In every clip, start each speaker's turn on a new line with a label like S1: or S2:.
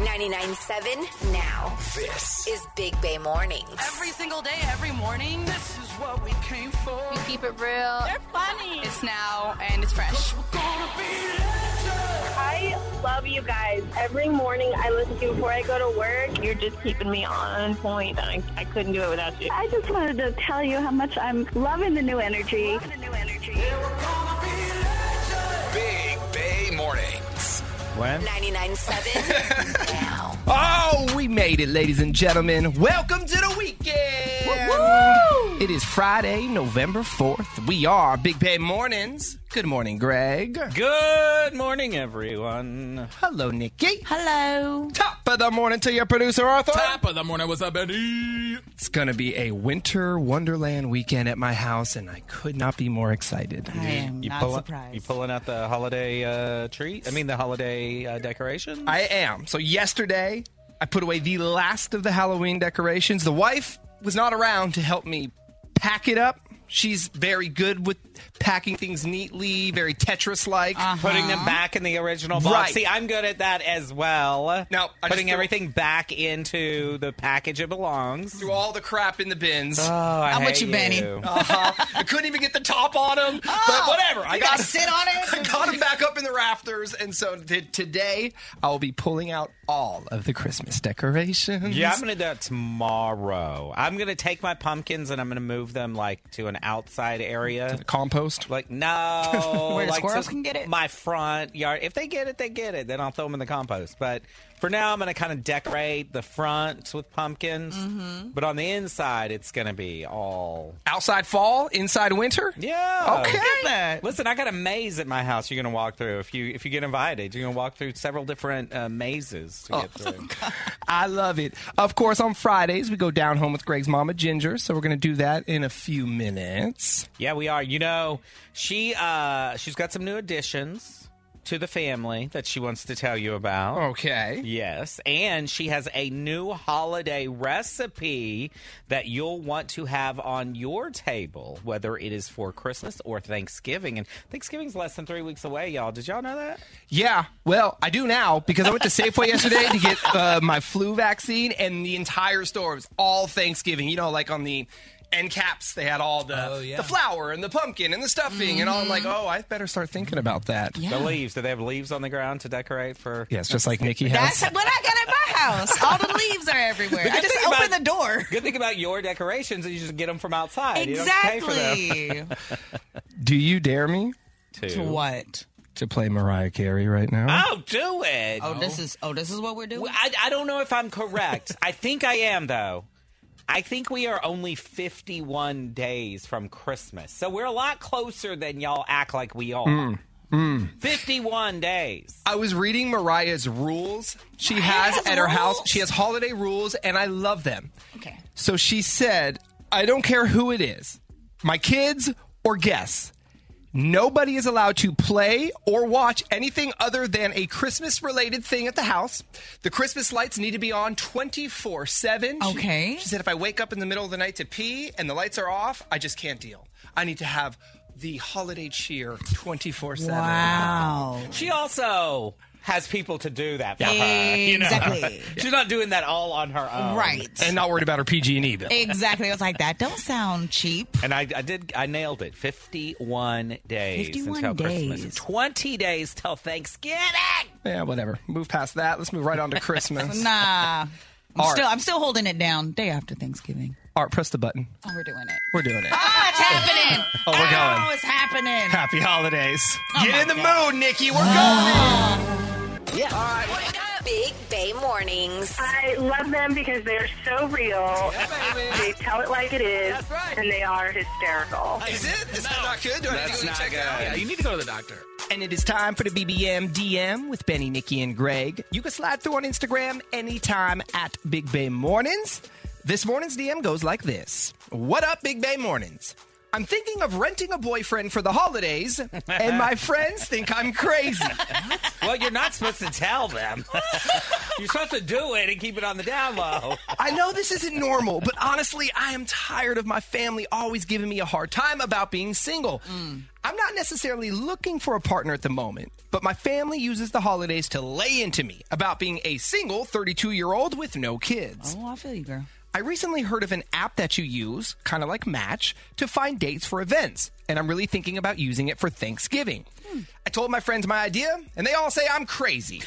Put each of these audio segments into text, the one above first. S1: 99.7 now
S2: This
S1: is Big Bay Mornings.
S3: Every single day, every morning.
S2: this is what we came for.
S3: We keep it real. They're funny. It's now and it's fresh.
S2: We're gonna be legends.
S4: I love you guys. Every morning I listen to you before I go to work. You're just keeping me on point. I, I couldn't do it without you.
S5: I just wanted to tell you how much I'm loving the new energy.
S2: Yeah, we're gonna be legends. Big Bay Mornings.
S6: When?
S1: 99.7 now.
S6: Oh, we made it, ladies and gentlemen. Welcome to the weekend. It is Friday, November 4th. We are Big Bay Mornings. Good morning, Greg.
S7: Good morning, everyone.
S6: Hello, Nikki. Hello. Top of the morning to your producer, Arthur.
S7: of the morning was up, Eddie.
S6: It's going to be a winter wonderland weekend at my house, and I could not be more excited.
S8: I am not
S7: pull-
S8: surprised.
S7: You pulling out the holiday uh, tree? I mean, the holiday uh, decoration?
S6: I am. So yesterday, I put away the last of the Halloween decorations. The wife was not around to help me pack it up. She's very good with packing things neatly, very Tetris-like.
S8: Uh-huh.
S7: Putting them back in the original box.
S6: Right.
S7: See, I'm good at that as well.
S6: Now, I just
S7: putting
S6: threw-
S7: everything back into the package it belongs.
S6: Threw all the crap in the bins.
S8: Uh-huh.
S7: Oh, I
S8: I'm with
S7: hate
S8: you, Benny. Uh,
S6: Uh-huh. I couldn't even get the top on them, but whatever. I
S8: Oh, You
S6: got
S8: gotta sit on it?
S6: I got them back up in the rafters, and so t- today I will be pulling out all of the Christmas decorations.
S7: Yeah, I'm gonna do that tomorrow. I'm gonna take my pumpkins and I'm gonna move them like to an outside area.
S6: compost.
S7: Like no,
S8: Where the
S7: like,
S8: squirrels
S7: to
S8: can get it?
S7: My front yard. If they get it, they get it. Then I'll throw them in the compost. But for now, I'm going to kind of decorate the front with pumpkins.
S8: Mm-hmm.
S7: But on the inside, it's going to be all
S6: Outside fall, inside winter.
S7: yeah.
S6: Okay.
S8: that.
S7: Listen, I got a maze at my house. You're going to walk through if you if you get invited. You're going to walk through several different uh, mazes to get
S8: Oh.
S7: through.
S6: I love it. Of course, on Fridays, we go down home with Greg's mama, Ginger. So we're going to do that in a few minutes.
S7: Yeah, we are. You know, she uh she's got some new additions to the family that she wants to tell you about.
S6: Okay.
S7: Yes, and she has a new holiday recipe that you'll want to have on your table, whether it is for Christmas or Thanksgiving. And Thanksgiving's less than three weeks away, y'all. Did y'all know that?
S6: Yeah. Well, I do now because I went to Safeway yesterday to get uh, my flu vaccine, and the entire store was all Thanksgiving. You know, like on the end caps, they had all the
S8: Oh,
S6: the flour and the pumpkin and the stuffing, and all. I'm like,
S8: Mm-hmm.
S6: oh, I better start thinking about that.
S7: The leaves. Do they have leaves on the ground to decorate for?
S6: Yes, just like Nikki has.
S8: That's what I got at my house. All the leaves are everywhere. I just
S7: thing
S8: open
S7: about-
S8: the door.
S7: Good thing about your decorations is you just get them from outside. You don't have to pay for them.
S8: Exactly.
S6: Do you dare me
S8: to what? Ah!
S6: to play Mariah Carey right now?
S7: Oh, do it.
S8: Oh, this is oh, this is what we're doing.
S7: Well, I, I don't know if I'm correct. I think I am, though. I think we are only 51 days from Christmas. So we're a lot closer than y'all act like we are. 51 days.
S6: I was reading Mariah's rules she has
S8: has
S6: at her house.
S8: rules?
S6: She has holiday rules, and I love them.
S8: okay.
S6: So she said, I don't care who it is, my kids or guests. Nobody is allowed to play or watch anything other than a Christmas related thing at the house. The Christmas lights need to be on 24 7.
S8: Okay.
S6: She said, if I wake up in the middle of the night to pee and the lights are off, I just can't deal. I need to have the holiday cheer 24 7. Oh,
S8: Wow.
S7: She also has people to do that for her. You know?
S8: Exactly.
S7: She's not doing that all on her own.
S8: Right.
S6: And not worried about her PG&E bill.
S8: exactly. I was like, that don't sound cheap.
S7: And I, I did, I nailed it. 51 days
S8: 51
S7: until
S8: days.
S7: Christmas. 20 days till Thanksgiving.
S6: Yeah, whatever. Move past that. Let's move right on to Christmas.
S8: Nah. I'm
S6: Art.
S8: still I'm still holding it down day after Thanksgiving.
S6: Art, press the button.
S8: Oh, we're doing it.
S6: We're doing it.
S8: Oh, it's happening.
S6: Oh, we're
S8: Oh,
S6: going.
S8: it's happening.
S6: Happy holidays. Get
S8: Oh my
S6: in the
S8: God.
S6: mood, Nikki. We're going.
S1: Big Bay Mornings.
S4: I love them because they're so real. They tell it like it is, and they are hysterical.
S6: Is it? Is that not good? Do I need to go check it out?
S7: Yeah,
S6: you need to go to the doctor. And it is time for the BBM DM with Benny, Nikki, and Greg. You can slide through on Instagram anytime at Big Bay Mornings. This morning's DM goes like this What up, Big Bay Mornings? I'm thinking of renting a boyfriend for the holidays, and my friends think I'm crazy.
S7: Well, you're not supposed to tell them. You're supposed to do it and keep it on the down low.
S6: I know this isn't normal, but honestly, I am tired of my family always giving me a hard time about being single. I'm not necessarily looking for a partner at the moment, but my family uses the holidays to lay into me about being a single 32 year old with no kids.
S8: Oh, I feel you, girl.
S6: I recently heard of an app that you use, kind of like Match, to find dates for events, and I'm really thinking about using it for Thanksgiving. I told my friends my idea, and they all say I'm crazy.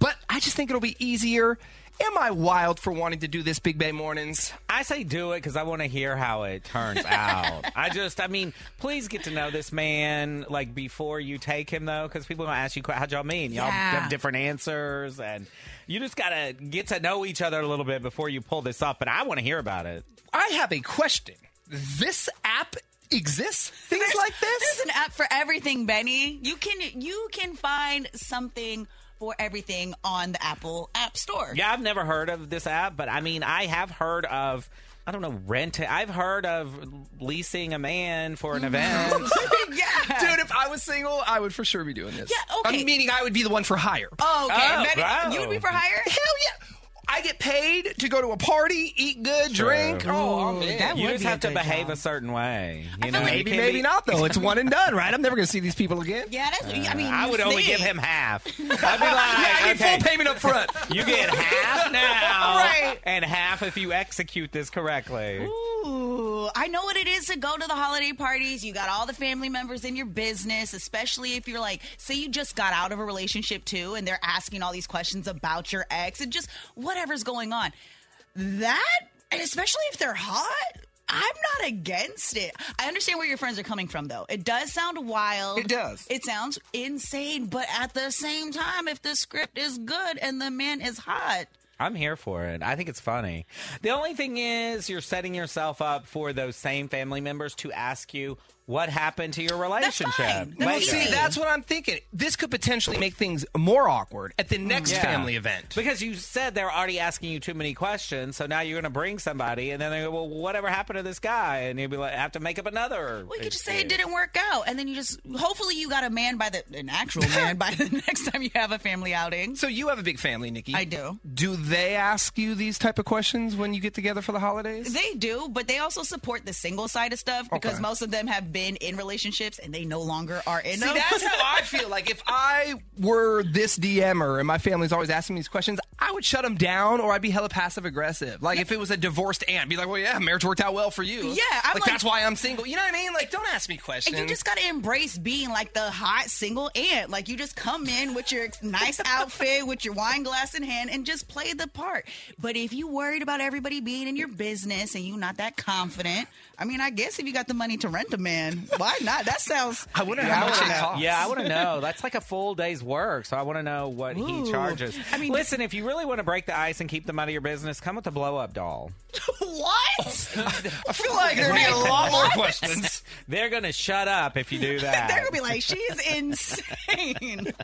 S6: But I just think it'll be easier. Am I wild for wanting to do this Big Bay mornings?
S7: I say do it because I want to hear how it turns out. I just, I mean, please get to know this man like before you take him though, because people gonna ask you, "Qu- "How'd y'all meet?" And Y'all
S8: Yeah.
S7: have different answers, and you just gotta get to know each other a little bit before you pull this up. But I want to hear about it.
S6: I have a question. This app exists? Things like
S8: There's
S6: this?
S8: an app for everything, Benny. You can you can find something for everything on the Apple App Store.
S7: Yeah, I've never heard of this app, but I mean, I have heard of. I don't know, rent. I've heard of leasing a man for an event.
S8: yeah.
S6: Dude, if I was single, I would for sure be doing this.
S8: Yeah, okay.
S6: I'm meaning I would be the one for hire.
S8: Okay,
S7: Oh,
S8: Benny,
S7: wow.
S8: you'd be for hire.
S6: Hell yeah. I get paid to go to a party, eat good,
S7: Sure.
S6: drink. Oh, I'm in.
S8: that
S7: you
S8: would
S7: just
S8: be a
S7: have to
S8: good
S7: behave
S8: job.
S7: a certain way. You know,
S6: Maybe,
S7: You can't
S6: maybe
S7: be-
S6: not though. It's one and done, right? I'm never going to see these people again.
S8: Yeah, that's. I mean,
S7: Uh, I
S8: you
S7: would only
S8: think.
S7: give him half. I'd be like,
S6: Yeah, I need
S7: okay,
S6: full payment up front.
S7: you get half now,
S8: Right.
S7: And half if you execute this correctly.
S8: Ooh, I know what it is to go to the holiday parties. You got all the family members in your business, especially if you're like, say you just got out of a relationship too, and they're asking all these questions about your ex and just whatever's going on. That, and especially if they're hot, I'm not against it. I understand where your friends are coming from, though. It does sound wild.
S6: It does.
S8: It sounds insane, but at the same time, if the script is good and the man is hot,
S7: I'm here for it. I think it's funny. The only thing is, you're setting yourself up for those same family members to ask you what happened to your relationship.
S8: fine. That's
S6: Well,
S7: later.
S6: see,
S8: easy.
S6: that's what I'm thinking. This could potentially make things more awkward at the next
S7: Yeah.
S6: family event.
S7: Because you said they're already asking you too many questions, so now you're going to bring somebody, and then they go, "Well, whatever happened to this guy?" And you'll be like, "Have to make up another."
S8: We could just say it
S7: excuse.
S8: didn't work out, and then you just hopefully you got a man by the an actual man by the next time you have a family outing.
S6: So you have a big family, Nikki.
S8: I do.
S6: Do they ask you these type of questions when you get together for the holidays?
S8: They do, but they also support the single side of stuff because
S6: Okay.
S8: most of them have been in relationships and they no longer are in
S6: See,
S8: them.
S6: that's how I feel. Like if I were this DMer and my family's always asking me these questions, I would shut them down, or I'd be hella passive aggressive. Like if it was a divorced aunt, be like, "Well, yeah, marriage worked out well for you."
S8: Yeah, I'm
S6: like,
S8: like-
S6: that's why I'm single. You know what I mean? Like, don't ask me questions.
S8: and you just gotta embrace being like the hot single aunt. Like you just come in with your nice outfit, with your wine glass in hand, and just play the part. But if you worried about everybody being in your business and you not that confident, I mean, I guess if you got the money to rent a man, why not? That sounds
S6: I wonder how much it costs.
S7: Yeah, I want to know. That's like a full day's work, so I want to know what he charges. I mean, listen, if you really want to break the ice and keep them out of your business, come with a blow up doll.
S8: What?
S6: I feel like there'd be a lot more questions.
S7: They're gonna shut up if you do that.
S8: They're gonna be like, she's insane.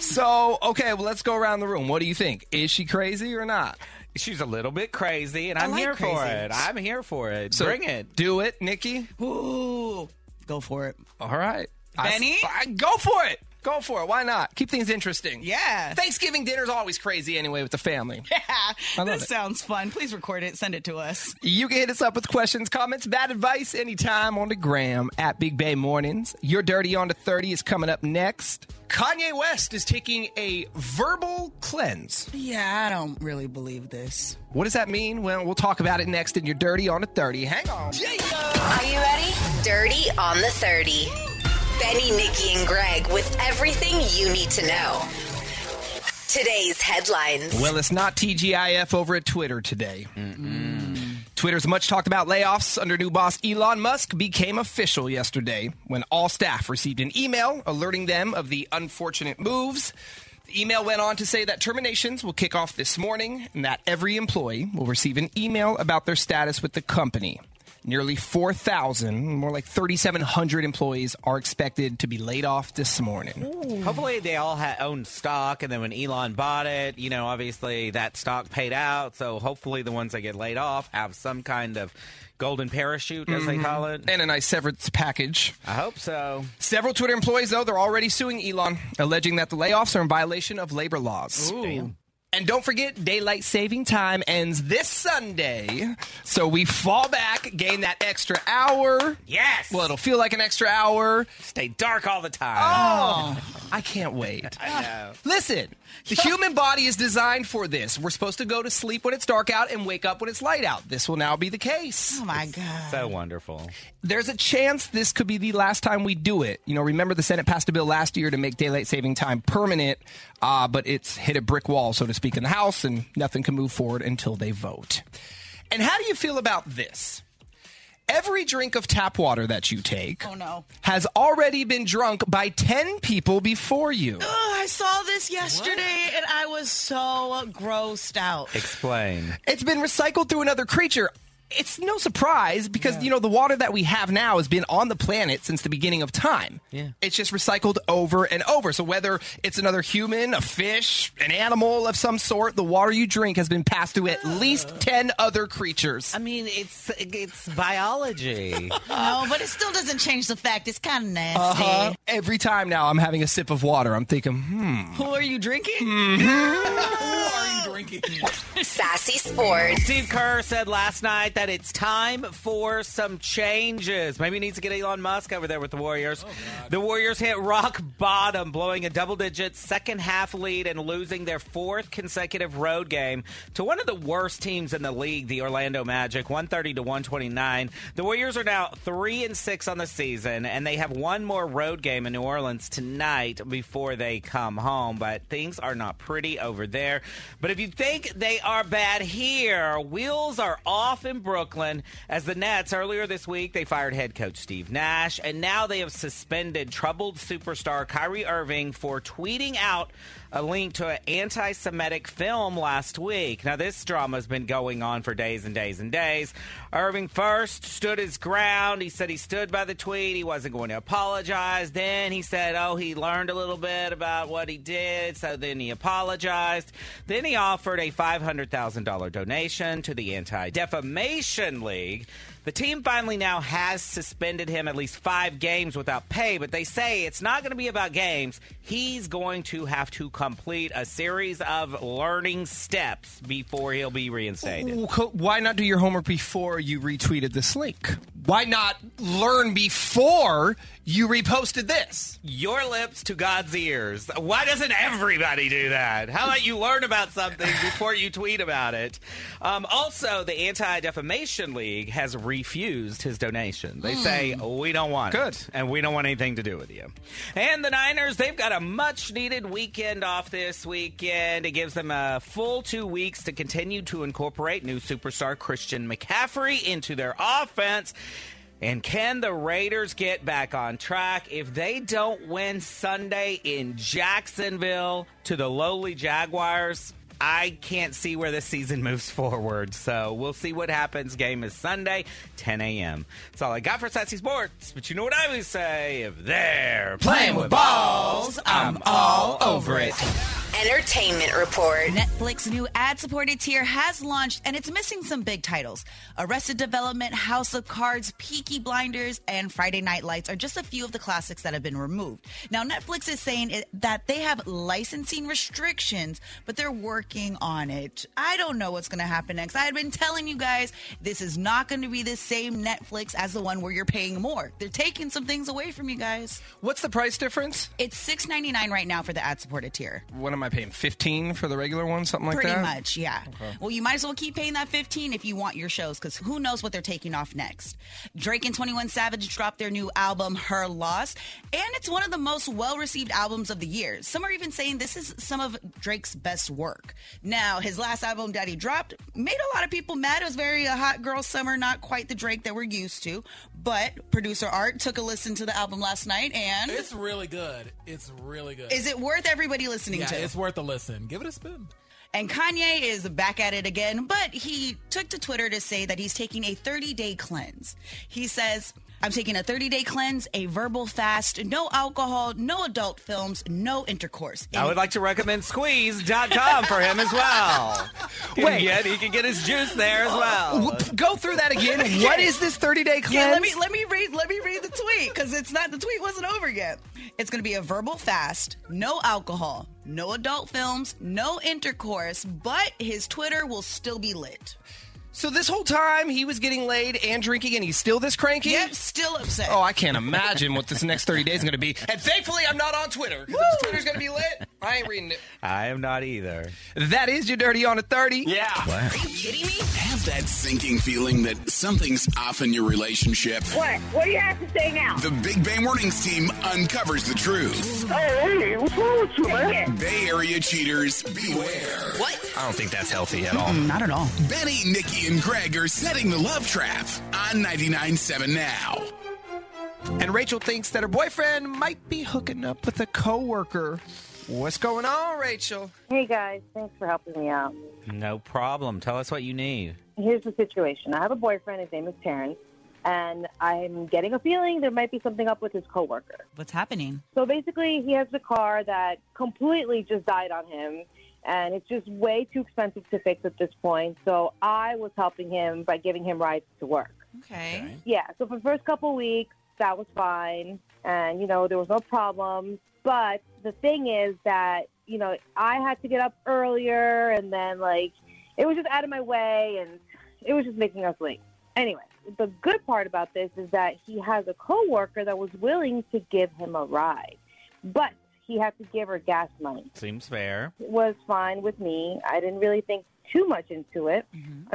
S6: So, okay, well, let's go around the room. What do you think? Is she crazy or not?
S7: She's a little bit crazy, and I'm
S8: like
S7: here for
S8: crazy.
S7: it. I'm here for it.
S6: So
S7: Bring it.
S6: Do it, Nikki.
S8: Ooh, go for it.
S6: All right. I-
S8: Benny?
S6: I- go for it. Go for it. Why not? Keep things interesting.
S8: Yeah.
S6: Thanksgiving dinner's always crazy anyway with the family. love
S8: this
S6: it.
S8: sounds fun. Please record it. Send it to us.
S6: You can hit us up with questions, comments, bad advice anytime on the gram at Big Bay Mornings. Your Dirty on the 30 is coming up next. Kanye West is taking a verbal cleanse.
S8: Yeah, I don't really believe this.
S6: What does that mean? Well, we'll talk about it next in your Dirty on the 30. Hang on.
S1: Are you ready? Dirty on the 30. Benny, Nikki, and Greg with everything you need to know. Today's headlines.
S6: Well, it's not TGIF over at Twitter today. Twitter's much talked about layoffs under new boss Elon Musk became official yesterday when all staff received an email alerting them of the unfortunate moves. The email went on to say that terminations will kick off this morning and that every employee will receive an email about their status with the company. Nearly 4,000, more like 3,700 employees are expected to be laid off this morning.
S7: Hopefully, they all had owned stock, and then when Elon bought it, you know, obviously that stock paid out. So hopefully, the ones that get laid off have some kind of golden parachute, as they call it.
S6: And a nice severance package.
S7: I hope so.
S6: Several Twitter employees, though, they're already suing Elon, alleging that the layoffs are in violation of labor laws. And don't forget, daylight saving time ends this Sunday. So we fall back, gain that extra hour.
S7: Yes.
S6: Well, it'll feel like an extra hour.
S7: stay dark all the time.
S6: I can't wait.
S7: I know.
S6: Listen, the human body is designed for this. We're supposed to go to sleep when it's dark out and wake up when it's light out. This will now be the case.
S8: Oh my God.
S7: So wonderful.
S6: There's a chance this could be the last time we do it. You know, remember the Senate passed a bill last year to make daylight saving time permanent, uh, but it's hit a brick wall, so to speak, in the House, and nothing can move forward until they vote. And how do you feel about this? Every drink of tap water that you take
S8: Oh, no.
S6: has already been drunk by 10 people before you.
S8: Oh, I saw this yesterday and I was so grossed out.
S7: Explain.
S6: it's been recycled through another creature. It's no surprise because you know the water that we have now has been on the planet since the beginning of time.
S7: Yeah.
S6: It's just recycled over and over. So whether it's another human, a fish, an animal of some sort, the water you drink has been passed through at least 10 other creatures.
S7: I mean, it's it's biology.
S8: No, but it still doesn't change the fact it's kind of nasty.
S6: Uh, every time now I'm having a sip of water, I'm thinking, hmm,
S8: Who are you drinking?
S1: Sassy Sports.
S7: Steve Kerr said last night that it's time for some changes. Maybe he needs to get Elon Musk over there with the Warriors. the Warriors hit rock bottom, blowing a double digit second half lead and losing their fourth consecutive road game to one of the worst teams in the league, the Orlando Magic, 130 to 129. The Warriors are now 3 and 6 on the season and they have one more road game in New Orleans tonight before they come home, but things are not pretty over there. But if you think they are bad here, wheels are off in Brooklyn as the Nets earlier this week they fired head coach Steve Nash and now they have suspended troubled superstar Kyrie Irving for tweeting out a link to an anti Semitic film last week. Now, this drama has been going on for days and days and days. Irving first stood his ground. He said he stood by the tweet. He wasn't going to apologize. Then he said, oh, he learned a little bit about what he did. So then he apologized. Then he offered a $500,000 donation to the Anti Defamation League. The team finally now has suspended him at least five games without pay, but they say it's not going to be about games. He's going to have to complete a series of learning steps before he'll be reinstated.
S6: Ooh, co- why not do your homework before you retweeted this link? Why not learn before you reposted this?
S7: Your lips to God's ears. Why doesn't everybody do that? How about you learn about something before you tweet about it? Um, also, the Anti Defamation League has refused his donation. They say, we don't want
S6: Good.
S7: it. and we don't want anything to do with you. And the Niners, they've got a much needed weekend off this weekend. It gives them a full two weeks to continue to incorporate new superstar Christian McCaffrey into their offense. And can the Raiders get back on track if they don't win Sunday in Jacksonville to the lowly Jaguars? I can't see where the season moves forward, so we'll see what happens. Game is Sunday, 10 a.m. That's all I got for Sassy Sports, but you know what I always say if they're playing with balls, I'm all over it.
S1: Entertainment Report.
S8: Netflix new ad-supported tier has launched and it's missing some big titles. Arrested Development, House of Cards, Peaky Blinders, and Friday Night Lights are just a few of the classics that have been removed. Now Netflix is saying it, that they have licensing restrictions, but they're working on it. I don't know what's going to happen next. I had been telling you guys this is not going to be the same Netflix as the one where you're paying more. They're taking some things away from you guys.
S6: What's the price difference?
S8: It's $6.99 right now for the ad-supported tier.
S6: what am I paying? Fifteen for the regular one, something like
S8: Pretty
S6: that.
S8: much, yeah. Well, you might as well keep paying that 15 if you want your shows because who knows what they're taking off next. Drake and 21 Savage dropped their new album, Her Loss, and it's one of the most well received albums of the year. Some are even saying this is some of Drake's best work. Now, his last album that he dropped made a lot of people mad. It was very a hot girl summer, not quite the Drake that we're used to. But producer Art took a listen to the album last night, and
S9: It's really good. It's really good.
S8: is it worth everybody listening
S9: yeah,
S8: to?
S9: it's worth a listen. Give it a spin.
S8: And Kanye is back at it again, but he took to Twitter to say that he's taking a 30 day cleanse. He says, I'm taking a 30 day cleanse, a verbal fast, no alcohol, no adult films, no intercourse.
S7: I would like to recommend squeeze.com for him as well.
S6: Wait.
S7: Yet he can get his juice there as well.
S6: Wh- Go through that again. What is this 30 day cleanse?
S8: Yeah, let me let me read let me read the tweet because it's not the tweet wasn't over yet. It's going to be a verbal fast, no alcohol, no adult films, no intercourse, but his Twitter will still be lit.
S6: so this whole time he was getting laid and drinking, and he's still this cranky.
S8: Yep, still upset.
S6: Oh, I can't imagine what this next 30 days is going to be. And thankfully, I'm not on Twitter. 'cause if Twitter's going to be lit. I ain't reading it.
S7: I am not either.
S6: That is your dirty on a 30.
S7: Yeah.
S1: Are you kidding me?
S2: Have that sinking feeling that something's off in your relationship.
S4: What? What do you have to say now?
S2: The Big Bang Warnings team uncovers the truth.
S9: Oh, Hey, what's wrong with you, man?
S2: Bay Area cheaters, beware.
S1: What?
S6: I don't think that's healthy at all.
S8: Not at all.
S2: Benny, Nikki, and Greg are setting the love trap on 99.7 now.
S6: And Rachel thinks that her boyfriend might be hooking up with a coworker. What's going on, Rachel?
S9: Hey guys, thanks for helping me out.
S7: No problem. Tell us what you need.
S9: Here's the situation. I have a boyfriend. His name is Terrence, and I'm getting a feeling there might be something up with his coworker.
S8: What's happening?
S9: So basically, he has a car that completely just died on him, and it's just way too expensive to fix at this point. So I was helping him by giving him rides to work.
S8: Okay.
S9: Yeah, so for the first couple of weeks, that was fine. And, you know, there was no problem. But the thing is that, you know, I had to get up earlier and then, like, it was just out of my way and it was just making us late. Anyway, the good part about this is that he has a coworker that was willing to give him a ride, but he had to give her gas money
S7: Seems fair.
S9: was fine with me. I didn't really think too much into it.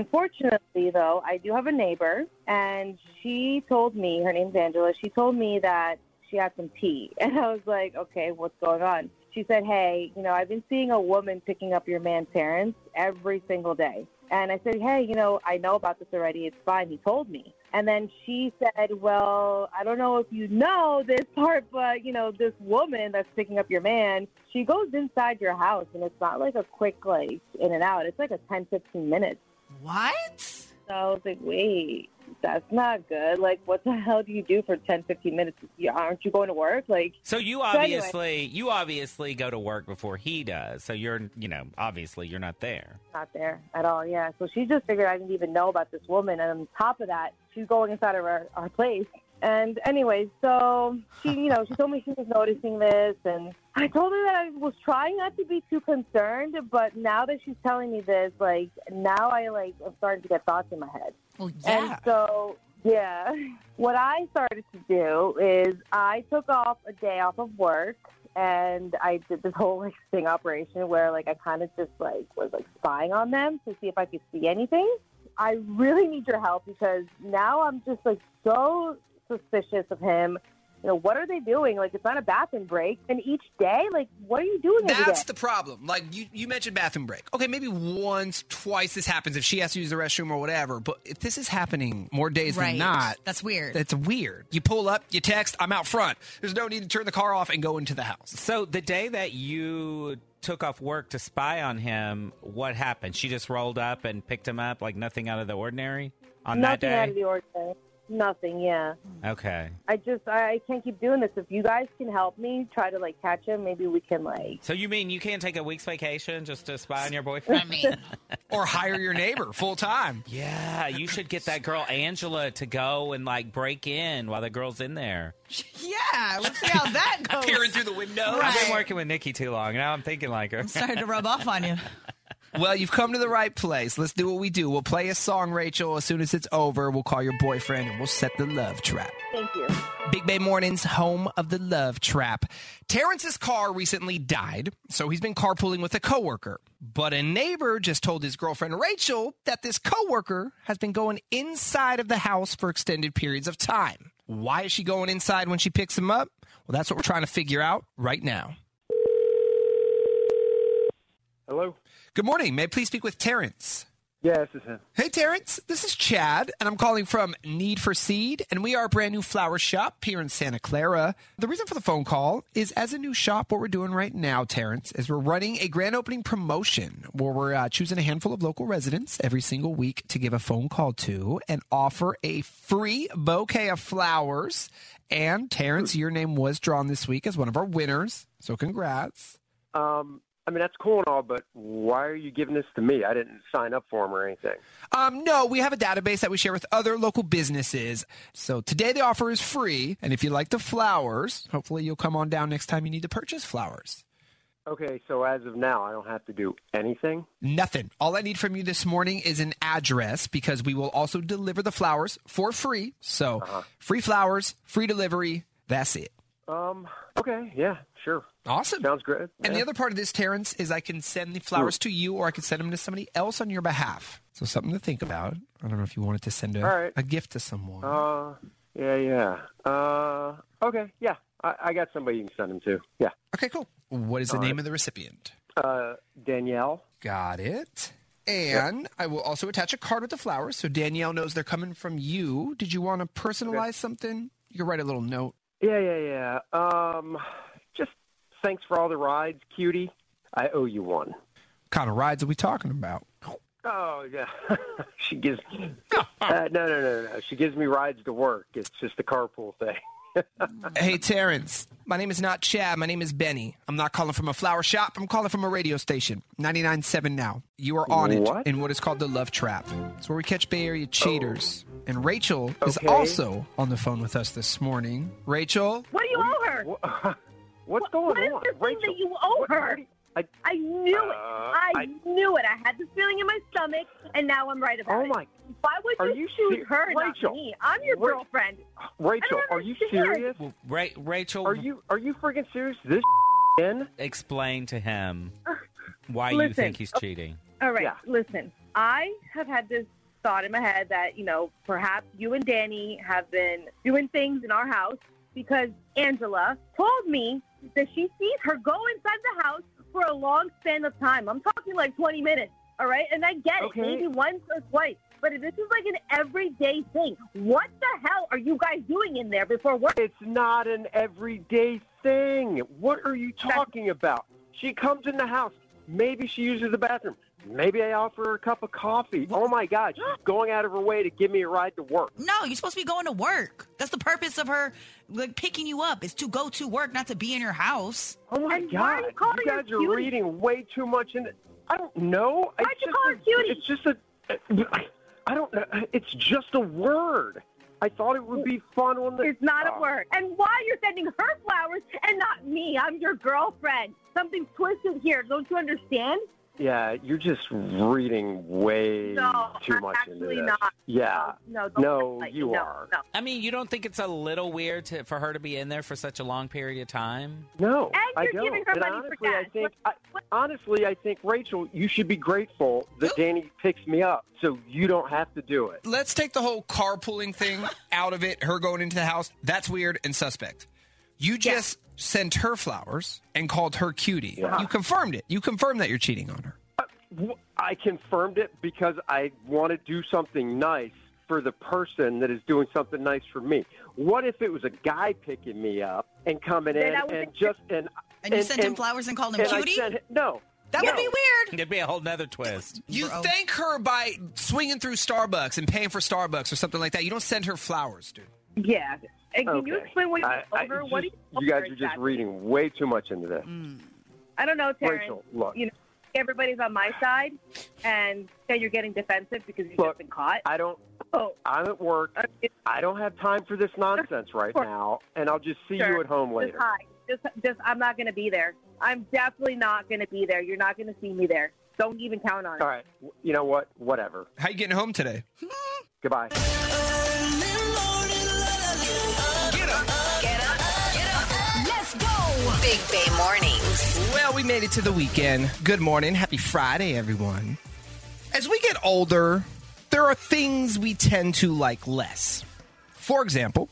S9: Unfortunately, though, I do have a neighbor, and she told me her name's Angela. She told me that she had some tea, and I was like, okay, what's going on? She said, hey, you know, I've been seeing a woman picking up your man Terrence every single day. And I said, hey, you know, I know about this already. It's fine. He told me. And then she said, well, I don't know if you know this part, but, you know, this woman that's picking up your man, she goes inside your house and it's not like a quick, like, in and out. It's like a 10, 15 minutes.
S8: What?
S9: So I was like, wait, that's not good. Like, what the hell do you do for 10, 15 minutes? You- Aren't you going to work? Like,
S7: So you
S9: anyway.
S7: obviously you obviously go to work before he does. So you're you know, obviously you're not there.
S9: not there at all. Yeah. So she just figured I didn't even know about this woman. And on top of that, she's going inside of our, our place. And anyway, so she, you know, she told me she was noticing this. And I told her that I was trying not to be too concerned. But now that she's telling me this, like, now I, like, am starting to get thoughts in my head.
S8: Well,
S9: And so, yeah, what I started to do is I took off a day off of work and I did this whole like sting operation where like I kind of just like was like spying on them to see if I could see anything. I really need your help because now I'm just like so suspicious of him. You know, what are they doing? Like, it's not a bathroom break. And each day, like, what are you doing every day?
S6: That's the problem. Like you, you mentioned bathroom break. Okay, maybe once, twice this happens if she has to use the restroom or whatever. But if this is happening more days
S8: right.
S6: than not,
S8: That's weird.
S6: that's weird. You pull up, you text, I'm out front. There's no need to turn the car off and go into the house.
S7: So the day that you took off work to spy on him, what happened? She just rolled up and picked him up like nothing out of the ordinary on that
S9: Nothing
S7: day?
S9: out of the ordinary. Nothing, yeah.
S7: okay.
S9: I just I, I can't keep doing this. If you guys can help me try to like catch him, maybe we can like
S7: So you mean you can't take a week's vacation just to spy on your
S8: I
S7: boyfriend?
S8: mean,
S6: Or hire your neighbor full time.
S7: yeah, you should get that girl Angela to go and like break in while the girl's in there.
S8: yeah. Let's see how that goes.
S6: Peering through the window.
S8: Right.
S7: I've been working with Nikki too long. Now I'm thinking like her.
S8: Started to rub off on you.
S6: Well, you've come to the right place. Let's do what we do. We'll play a song, Rachel. As soon as it's over, we'll call your boyfriend and we'll set the love trap.
S9: thank you.
S6: Big Bay Mornings, home of the love trap. Terrence's car recently died, so he's been carpooling with a coworker. But a neighbor just told his girlfriend Rachel that this coworker has been going inside of the house for extended periods of time. Why is she going inside when she picks him up? Well, that's what we're trying to figure out right now.
S10: Hello.
S6: Good morning. May I please speak with Terrence?
S10: Yeah, this is him.
S6: Hey, Terrence, this is Chad, and I'm calling from Need for Seed, and we are a brand new flower shop here in Santa Clara. The reason for the phone call is as a new shop, what we're doing right now, Terrence, is we're running a grand opening promotion where we're uh, choosing a handful of local residents every single week to give a phone call to and offer a free bouquet of flowers. And Terrence, your name was drawn this week as one of our winners, so congrats.
S10: Um, I mean, that's cool and all, but why are you giving this to me? I didn't sign up for him or anything.
S6: Um, no, we have a database that we share with other local businesses. So today the offer is free. And if you like the flowers, hopefully you'll come on down next time you need to purchase flowers.
S10: Okay, so as of now, I don't have to do anything.
S6: Nothing. All I need from you this morning is an address because we will also deliver the flowers for free. So free flowers, free delivery. That's it.
S10: Um, okay, yeah, sure.
S6: Awesome.
S10: Sounds good.
S6: And
S10: Yeah.
S6: the other part of this, Terrence, is I can send the flowers to you or I can send them to somebody else on your behalf. So something to think about. I don't know if you wanted to send a,
S10: All right.
S6: a gift to someone.
S10: Uh, yeah, yeah. Uh, okay, yeah. I, I got somebody you can send him to. Yeah.
S6: Okay, cool. What is the name of the recipient?
S10: Uh, Danielle.
S6: Got it. And I will also attach a card with the flowers so Danielle knows they're coming from you. Did you want to personalize something? You can write a little note.
S10: Yeah, yeah, yeah. Um, just thanks for all the rides, cutie. I owe you one.
S6: kind of rides are we talking about?
S10: Oh yeah, she gives. Uh, no, no, no, no. She gives me rides to work. It's just the carpool thing.
S6: Hey, Terrence. My name is not Chad. My name is Benny. I'm not calling from a flower shop. I'm calling from a radio station, 99.7 now. You are on
S10: What?
S6: it in what is called the Love Trap. It's where we catch Bay Area cheaters. And Rachel is
S10: Oh. Okay.
S6: also on the phone with us this morning. Rachel?
S5: What do you owe her?
S10: Wha- What's going
S5: what is
S10: on,
S5: the thing
S10: Rachel?
S5: that you owe
S10: What-
S5: her?
S10: I-
S5: I knew it.
S10: Uh,
S5: I,
S10: I-
S5: knew it. I had this feeling in my stomach, and now I'm right about
S10: oh
S5: it.
S10: my,
S5: Why would
S10: Are
S5: you,
S10: you
S5: choose
S10: ser-
S5: her, and
S10: Rachel,
S5: not me? I'm your
S10: Ra-
S5: girlfriend.
S10: Rachel, are you
S5: understand.
S10: serious?
S7: Ra- Rachel,
S10: Are you are you freaking serious? This in?
S7: explain to him why you
S9: Listen,
S7: think he's cheating.
S9: All right,
S10: Yeah.
S9: listen. I have had this thought in my head that, you know, perhaps you and Danny have been doing things in our house because Angela told me that she sees her go inside the house for a long span of time. I'm talking like 20 minutes, all right? And I get
S10: Okay.
S9: it, maybe once or twice. But if this is like an everyday thing, what the hell are you guys doing in there before work?
S10: It's not an everyday thing. What are you talking about? She comes in the house. Maybe she uses the bathroom. Maybe I offer her a cup of coffee. Oh my God, she's going out of her way to give me a ride to work.
S8: No, you're supposed to be going to work. That's the purpose of her like picking you up is to go to work, not to be in your house.
S10: Oh my
S9: And
S10: God,
S9: why are you calling her
S10: guys are
S9: cutie?
S10: reading way too much into. I don't know. Why'd
S9: you call her cutie?
S10: It's just a. I don't know. It's just a word. I thought it would be fun on the.
S9: It's not
S10: Oh.
S9: a word. And why you're sending her flowers and not me? I'm your girlfriend. Something's twisted here. Don't you understand?
S10: Yeah, you're just reading way
S9: No,
S10: too
S9: I'm
S10: much into
S9: actually
S10: this.
S9: not.
S10: Yeah.
S9: No, don't
S10: No,
S9: gaslight me.
S10: you
S9: No,
S10: are.
S9: no.
S7: I mean, you don't think it's a little weird to, for her to be in there for such a long period of time?
S10: No,
S9: And
S10: I
S9: you're
S10: don't.
S9: giving her
S10: and
S9: money for
S10: honestly, I
S9: gas.
S10: think I, honestly, I think Rachel, you should be grateful that Danny picks me up, so you don't have to do it.
S6: Let's take the whole carpooling thing out of it, her going into the house. That's weird and suspect. You just sent her flowers and called her cutie. You confirmed it. You confirmed that you're cheating on her.
S10: Wh- I confirmed it because I want to do something nice for the person that is doing something nice for me. What if it was a guy picking me up and coming
S9: Then
S10: in
S9: I would
S10: and
S9: think-
S10: just and
S8: And you sent him flowers and called him
S10: and I
S8: cutie?
S10: sent- no,
S8: that
S10: no.
S8: would be weird.
S7: There'd be a whole nother twist.
S6: You
S8: Bro.
S6: thank her by swinging through Starbucks and paying for Starbucks or something like that. You don't send her flowers, dude.
S9: Yeah. And can you
S10: Okay.
S9: explain what you
S10: I- I-
S9: over?
S10: it's
S9: what do
S10: just-
S9: you,
S10: you guys
S9: over
S10: are just
S9: exactly?
S10: reading way too much into this.
S9: I don't know, Terrence.
S10: Rachel, look.
S9: You know, everybody's on my side, and then you're getting defensive because you've
S10: Look.
S9: just been caught.
S10: I don't.
S9: Oh,
S10: I'm at work.
S9: okay,
S10: I don't have time for this nonsense right
S9: Sure.
S10: now, and I'll just see you
S9: Sure.
S10: at home
S9: just
S10: later.
S9: hi. Just, just, I'm not going to be there. I'm definitely not going to be there. You're not going to see me there. Don't even count on it.
S10: All right. w- You know what? Whatever.
S6: How you getting home today?
S10: Goodbye.
S1: Get up, get up.
S8: Let's go.
S1: Big Bay Mornings.
S6: Well, we made it to the weekend. Good morning. Happy Friday, everyone. As we get older, there are things we tend to like less. For example,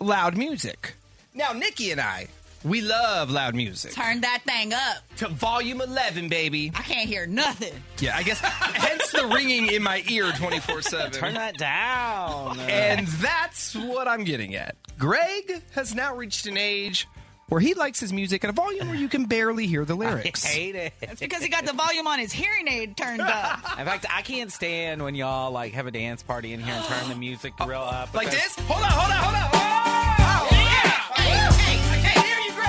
S6: loud music. Now, Nikki and I We love loud music.
S8: Turn that thing up.
S6: To volume 11, baby.
S8: I can't hear nothing.
S6: Yeah, I guess. hence the ringing in my ear 24 7.
S7: Turn that down.
S6: And that's what I'm getting at. Greg has now reached an age where he likes his music at a volume where you can barely hear the lyrics.
S7: I hate it.
S8: That's because he got the volume on his hearing aid turned up.
S7: In fact, I can't stand when y'all like have a dance party in here and turn the music real up.
S6: Like
S7: because-
S6: this? Hold on, hold on, hold on. Oh, yeah. I can't hear you, Greg.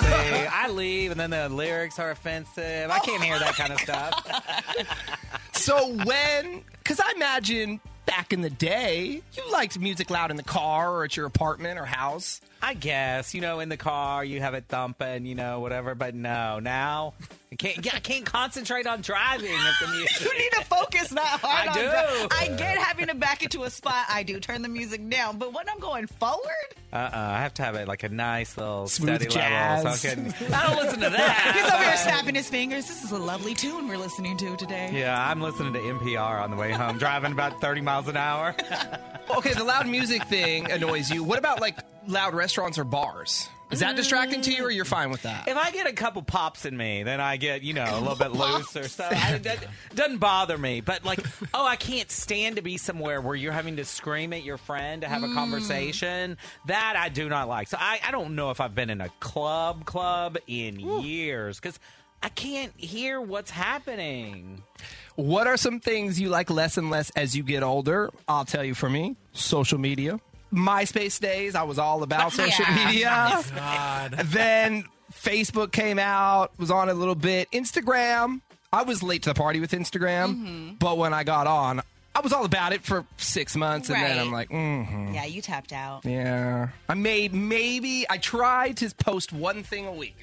S7: See, I leave, and then the lyrics are offensive. I can't hear that kind of stuff.
S6: So when, because I imagine back in the day, you liked music loud in the car or at your apartment or house.
S7: I guess you know, in the car, you have it thumping, you know, whatever. But no, now I can't. Yeah, I can't concentrate on driving at the music.
S8: You need to focus that hard
S7: I
S8: on
S7: do.
S8: dri- I get having to back into a spot. I do turn the music down, but when I'm going forward,
S7: Uh, uh I have to have it like a nice little
S6: Smooth
S7: steady level.
S6: jazz.
S7: So I, can, I don't listen to
S8: he's
S7: that.
S8: over here snapping his fingers. This is a lovely tune we're listening to today.
S7: Yeah, I'm listening to NPR on the way home, driving about 30 miles an hour.
S6: Okay, the loud music thing annoys you. What about like loud restaurants or bars? Is that distracting to you, or you're fine with that?
S7: If I get a couple pops in me, then I get you know a little bit looser. So I, that doesn't bother me. But like, oh, I can't stand to be somewhere where you're having to scream at your friend to have
S6: Mm.
S7: a conversation. That I do not like. So I, I don't know if I've been in a club club in years because I can't hear what's happening.
S6: What are some things you like less and less as you get older? I'll tell you for me, social media. MySpace days, I was all about social
S8: Yeah.
S6: media. Then Facebook came out, was on a little bit. Instagram, I was late to the party with Instagram,
S8: Mm-hmm.
S6: but when I got on, I was all about it for six months, and then
S8: Right.
S6: I'm like, mm,
S8: Yeah, you tapped out.
S6: yeah. I may, maybe, I tried to post one thing a week.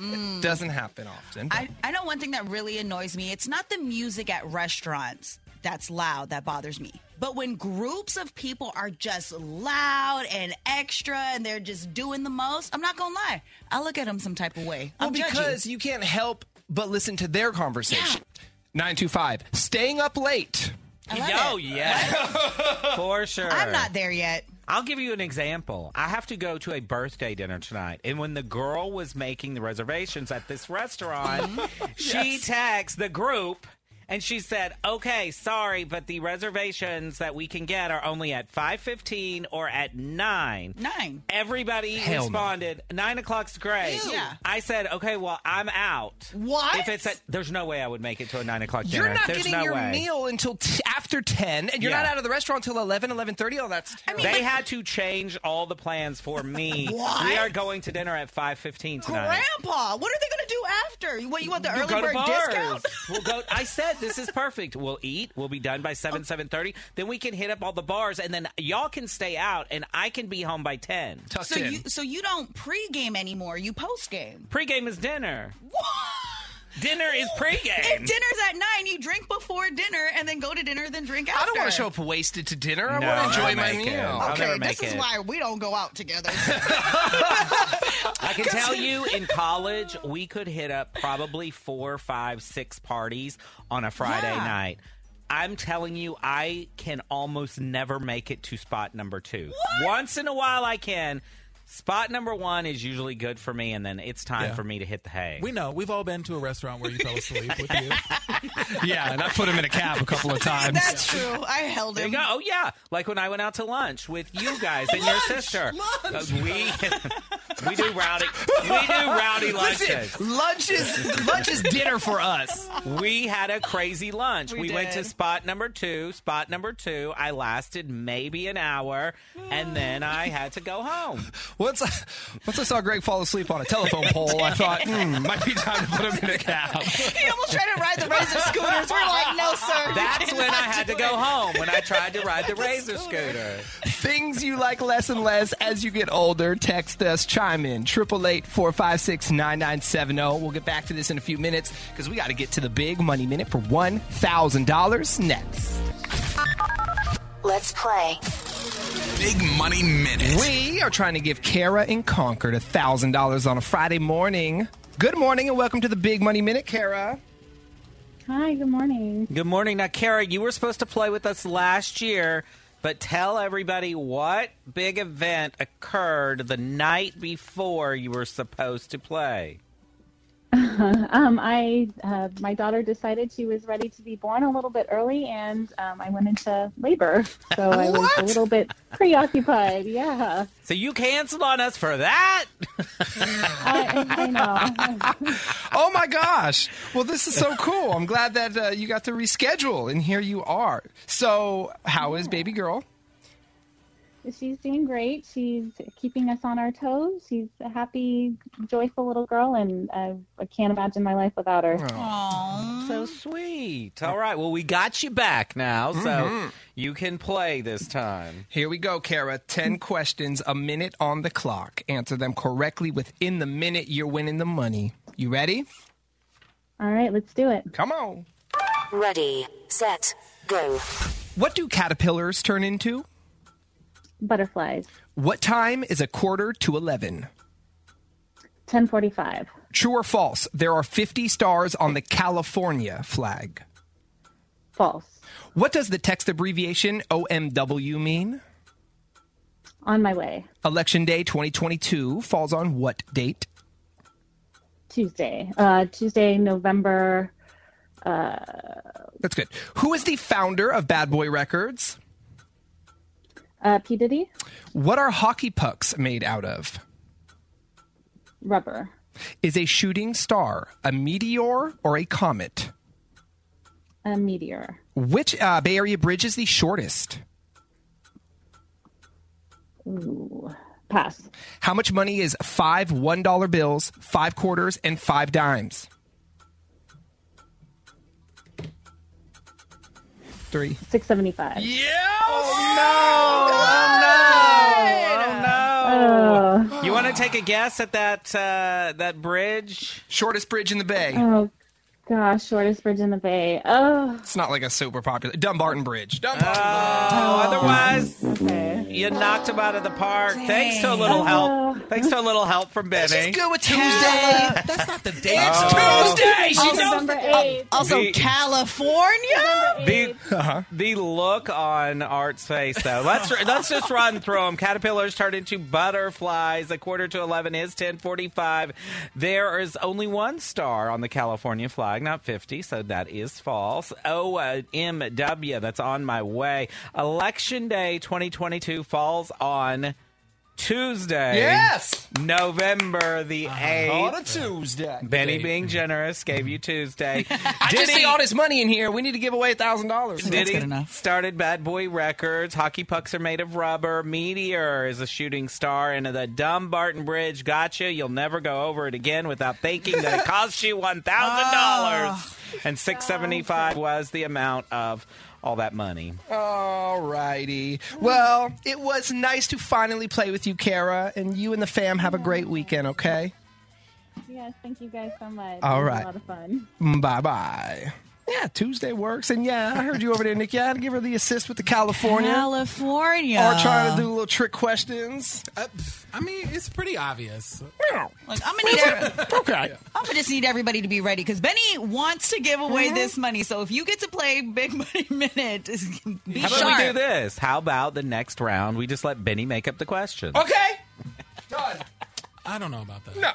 S6: It doesn't happen often. but-
S8: Mm. I, I know one thing that really annoys me. It's not the music at restaurants that's loud that bothers me. But when groups of people are just loud and extra and they're just doing the most, I'm not going to lie. I look at them some type of way.
S6: Well,
S8: I'm judging.
S6: because you can't help but listen to their conversation. 925, staying up late.
S8: I love
S7: Oh
S8: it.
S7: yeah, for sure.
S8: I'm not there yet.
S7: I'll give you an example. I have to go to a birthday dinner tonight. And when the girl was making the reservations at this restaurant,
S8: Mm-hmm.
S7: she texts the group and she said, "Okay, sorry, but the reservations that we can get are only at 5:15 or at 9."
S8: Nine.
S7: Everybody
S6: Hell no.
S7: responded, nine o'clock's great.
S8: Ew. Yeah.
S7: I said, okay, well, I'm out.
S8: What?
S7: If it's at, there's no way I would make it to a nine o'clock dinner.
S6: You're not
S7: there's
S6: getting
S7: no
S6: your
S7: way.
S6: meal until t- after 10, and you're
S7: Yeah.
S6: not out of the restaurant until 11, 11.30. Oh, that's terrible.
S7: They had to change all the plans for me.
S8: What?
S7: We are going to dinner at five fifteen tonight.
S8: Grandpa, what are they going to do after? You- What, you want the
S7: We'll
S8: early bird discount?
S7: we'll go. I said this is perfect. We'll eat. We'll be
S8: Oh.
S7: done by seven seven thirty. Then we can hit up all the bars, and then y'all can stay out, and I can be home by ten.
S6: Tucked
S8: So
S6: in.
S8: you, so you don't pregame anymore. You postgame.
S7: Pre-game is dinner.
S8: What?
S7: Dinner is
S8: If
S7: pre-game.
S8: dinner's at nine, you drink before dinner and then go to dinner, then drink after.
S6: I don't want to show up wasted to dinner. I
S7: No,
S6: want to
S7: I'll
S6: enjoy my
S7: make it.
S6: meal.
S7: I'll
S8: Okay,
S7: never
S8: this
S7: make
S8: is
S7: it.
S8: why we don't go out together.
S7: I can tell you, in college, we could hit up probably four, five, six parties on a Friday
S8: Yeah.
S7: night. I'm telling you, I can almost never make it to spot number two. Once in a while, I can. Spot number one is usually good for me, and then it's time
S11: Yeah.
S7: for me to hit the hay.
S11: We know. We've all been to a restaurant where you fell asleep with you.
S6: yeah, and I put him in a cab a couple of times.
S8: That's true. I held
S7: there you
S8: him.
S7: go. Oh yeah, like when I went out to lunch with you guys and your sister.
S6: lunch.
S7: Uh, we we do rowdy we do rowdy lunches.
S6: Listen, lunch is, lunch is dinner for us.
S7: we had a crazy lunch. We,
S8: We
S7: went to
S8: did.
S7: spot number two. Spot number two. I lasted maybe an hour, and then I had to go home.
S6: Once I, once I saw Greg fall asleep on a telephone pole, I thought, hmm, might be time to put him in a cab.
S8: He almost tried to ride the razor scooters. We're like, no, sir. you
S7: That's when
S8: cannot
S7: I had to
S8: do
S7: go
S8: it.
S7: home when I tried to ride the razor scooter.
S6: Things you like less and less as you get older. Text us, chime in, 888-456-9970. We'll get back to this in a few minutes because we got to get to the big money minute for $1,000 next.
S1: Let's play.
S2: Big Money Minute.
S6: We are trying to give Kara and Concord $1,000 on a Friday morning. Good morning and welcome to the big money minute, Kara.
S5: Hi, good morning.
S7: Good morning. Now, Kara, you were supposed to play with us last year. But tell everybody what big event occurred the night before you were supposed to play.
S12: um, I uh, my daughter decided she was ready to be born a little bit early, and um, I went into labor, so I was a little bit preoccupied. Yeah,
S7: So you canceled on us for that?
S12: I, I know.
S6: Oh my gosh! Well, this is so cool. I'm glad that uh, you got to reschedule, and here you are. So, how is baby girl?
S12: She's doing great. She's keeping us on our toes. She's a happy, joyful little girl, and I, I can't imagine my life without her.
S7: So
S6: Mm-hmm.
S7: sweet. All right. Well, we got you back now, so
S6: Mhm.
S7: you can play this time.
S6: Here we go, Kara. 10 questions, a minute on the clock. Answer them correctly within the minute. You're winning the money. You ready?
S12: All right, let's do it.
S6: Come on.
S1: Ready, set, go.
S6: What do caterpillars turn into?
S12: Butterflies.
S6: What time is a quarter to 11?
S12: Ten forty-five.
S6: True or false? There are 50 stars on the California flag.
S12: False.
S6: What does the text abbreviation OMW mean?
S12: On my way.
S6: Election Day 2022 falls on what date?
S12: Tuesday. Uh, Tuesday, November. Uh,
S6: That's good. Who is the founder of Bad Boy Records?
S12: uh, P Diddy.
S6: What are hockey pucks made out of?
S12: Rubber.
S6: Is a shooting star a meteor or a comet?
S12: A meteor.
S6: Which uh, Bay Area bridge is the shortest?
S12: Ooh. Pass.
S6: How much money is five $1 bills, five quarters, and five dimes? Three.
S12: Six seventy-five.
S7: Oh,
S12: Oh.
S7: You want to take a guess at that uh, that bridge?
S6: Shortest bridge in the bay.
S12: Oh gosh, shortest bridge in the bay. Oh.
S6: It's not like a super popular Dumbarton Bridge. Dumbarton.
S7: Uh, Otherwise,
S6: Mm.
S7: you knocked him out of the park. Thanks to a little help. Thanks to a little help from Benny.
S6: Let's just go with Tuesday.
S7: That's not the day.
S6: Tuesday.
S7: She knows
S8: also, also
S7: The-
S8: California.
S7: The, the look on Art's face, though. Let's let's just run through them. Caterpillars turn into butterflies. A quarter to eleven is ten forty-five. There is only one star on the California flag, not fifty, so that is false. O uh, M W. That's on my way. Election Day, twenty twenty-two, falls on. Tuesday.
S6: Yes!
S7: November the 8th.
S6: On a Tuesday.
S7: Benny being generous gave you Tuesday.
S6: I just see all this money in here. We need to give away thousand dollars.
S7: Diddy started Bad Boy Records. Hockey pucks are made of rubber. Meteor is a shooting star. And the Dumbarton Bridge got you. You'll never go over it again without thinking that it cost you one thousand dollars. And six seventy five was the amount of all that money.
S6: All righty. Well, it was nice to finally play with you, Kara, and you and the fam have a great weekend. Okay.
S12: Yes, thank you guys so much.
S6: All
S12: It was
S6: right.
S12: A lot of fun.
S6: Bye bye. Mm, Yeah, Tuesday works, and yeah, I heard you over there, Nick. Yeah, I had to give her the assist with the California.
S8: California.
S6: Or trying to do little trick questions.
S11: Uh, I mean, it's pretty obvious.
S8: Like, I'm gonna need. every-
S6: Okay.
S8: I'm gonna just need everybody to be ready because Benny wants to give away this money. So if you get to play Big Money Minute, be
S7: How about
S8: sharp.
S7: we do this? How about the next round? We just let Benny make up the questions.
S6: Okay.
S11: I don't know about that.
S6: No.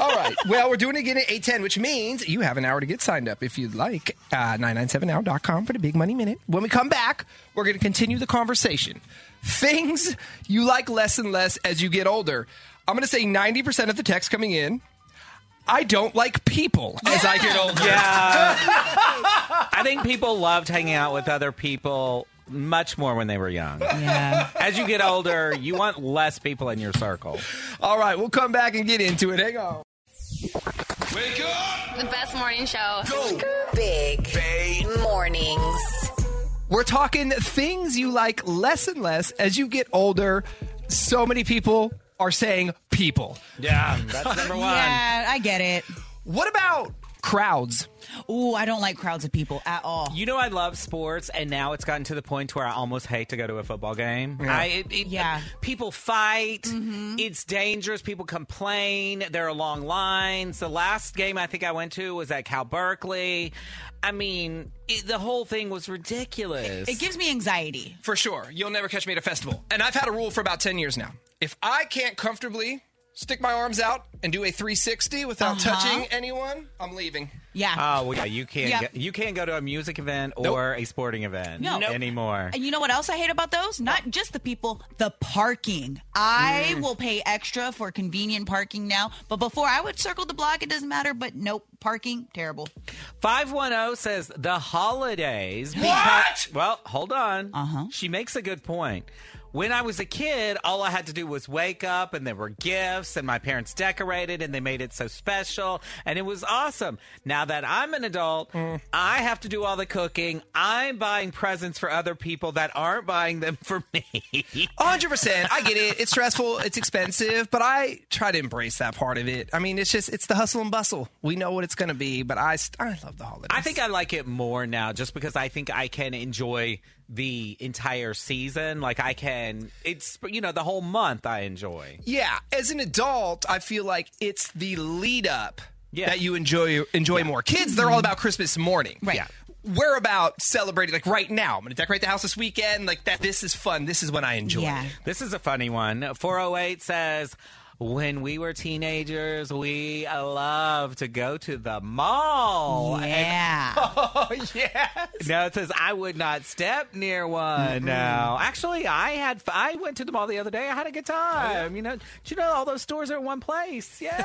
S6: All right. Well, we're doing it again at 810, which means you have an hour to get signed up if you'd like. Uh, 997now.com for the Big Money Minute. When we come back, we're going to continue the conversation. Things you like less and less as you get older. I'm going to say 90% of the text coming in. I don't like people as I get older.
S7: Yeah. I think people loved hanging out with other people much more when they were young.
S8: Yeah.
S7: As you get older, you want less people in your circle.
S6: All right, we'll come back and get into it. Hang on.
S2: Wake up!
S3: The best morning show.
S1: Big Bay Mornings.
S6: We're talking things you like less and less as you get older. So many people are saying people.
S7: Yeah, that's number one.
S8: Yeah, I get it.
S6: What about Crowds.
S8: Ooh, I don't like crowds of people at all.
S7: You know I love sports, and now it's gotten to the point where I almost hate to go to a football game.
S8: Yeah. Mm-hmm.
S7: I, it, it- People fight. It's dangerous. People complain. There are long lines. The last game I think I went to was at Cal Berkeley. I mean, it, the whole thing was ridiculous.
S8: It gives me anxiety.
S6: For sure. You'll never catch me at a festival. And I've had a rule for about 10 years now. If I can't comfortably stick my arms out and do a 360 without
S7: Uh-huh.
S6: touching anyone, I'm leaving.
S8: Yeah.
S7: Oh well, yeah. You can't.
S8: Yeah.
S7: Go, you can't go to a music event or a sporting event
S8: No. Nope.
S7: anymore.
S8: And you know what else I hate about those? Not just the people, the parking. I
S7: Mm.
S8: will pay extra for convenient parking now, but before I would circle the block, it doesn't matter, but nope, parking, terrible.
S7: 510 says the holidays. What? well, hold on. Uh-huh. She makes a good point. When I was a kid, all I had to do was wake up and there were gifts and my parents decorated and they made it so special and it was awesome. Now that I'm an adult, I have to do all the cooking. I'm buying presents for other people that aren't buying them for me.
S6: 100%. I get it. It's stressful, it's expensive, but I try to embrace that part of it. I mean, it's just, it's the hustle and bustle. We know what it's going to be, but I, st- I love the holidays.
S7: I think I like it more now just because I think I can enjoy the entire season. Like I can it's you know the whole month I enjoy.
S6: Yeah, as an adult, I feel like it's the lead up that you enjoy enjoy more. Kids, they're all about Christmas morning. Right. We're about celebrating like right now. I'm going to decorate the house this weekend. Like that this is fun. This is when I enjoy.
S7: Yeah. This is a funny one. 408 says when we were teenagers, we loved to go to the mall.
S8: Yeah.
S7: oh, yes. No, it says I would not step near one.
S6: Mm-mm.
S7: No. Actually, I had I went to the mall the other day. I had a good time. You know, do you know all those stores are in one place? Yeah.